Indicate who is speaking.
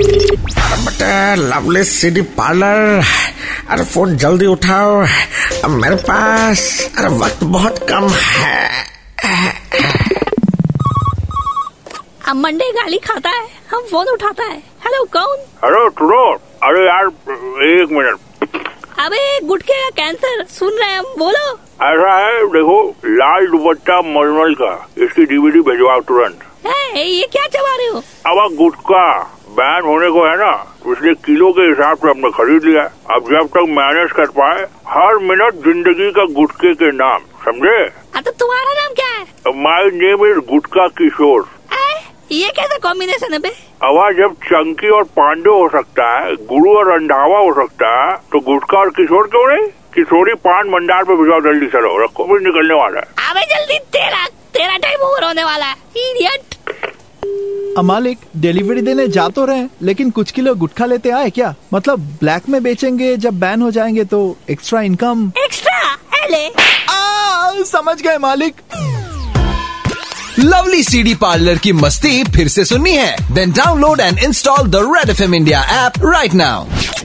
Speaker 1: but lovely city parlour अरे phone जल्दी उठाओ अब मेरे पास अरे वक्त बहुत कम है
Speaker 2: अब मंडे गाली खाता है हम फोन उठाता है हेलो कौन
Speaker 3: हेलो टुडो अरे यार एक मिनट
Speaker 2: अबे गुटके का कैंसर सुन रहे हैं हम बोलो
Speaker 3: ऐसा है देखो लाल दुपट्टा मलमल का इसकी डीवीडी भिजवाओ तुरंत
Speaker 2: है ये क्या चबा रहे हो
Speaker 3: अब आप गुटखा बैन होने को है ना इसलिए किलो के हिसाब से हमने खरीद लिया अब जब तक मैनेज कर पाए हर मिनट जिंदगी का गुटके के नाम समझे
Speaker 2: आ तो तुम्हारा नाम क्या है
Speaker 3: my name is Gutkha Kishore
Speaker 2: ऐ, ये कैसा कॉम्बिनेशन है बे
Speaker 3: हवा जब चंकी और पांडे हो सकता है गुरु और रंधावा हो सकता है तो गुटखा और किशोर क्यों नहीं किशोरी पान भंडार पे भिजाओ जल्दी चलो रखो भी निकलने वाला है
Speaker 2: अबे जल्दी तेरा तेरा टाइम ओवर होने वाला है इडियट
Speaker 4: अमालिक डिलीवरी देने जा तो रहे हैं लेकिन कुछ किलो गुटखा लेते आए क्या मतलब ब्लैक में बेचेंगे जब बैन हो जाएंगे तो एक्स्ट्रा इनकम
Speaker 2: एक्स्ट्रा एले
Speaker 4: आ, समझ गए मालिक
Speaker 5: लवली सीडी पार्लर की मस्ती फिर से सुननी है then download and install the red F India app right now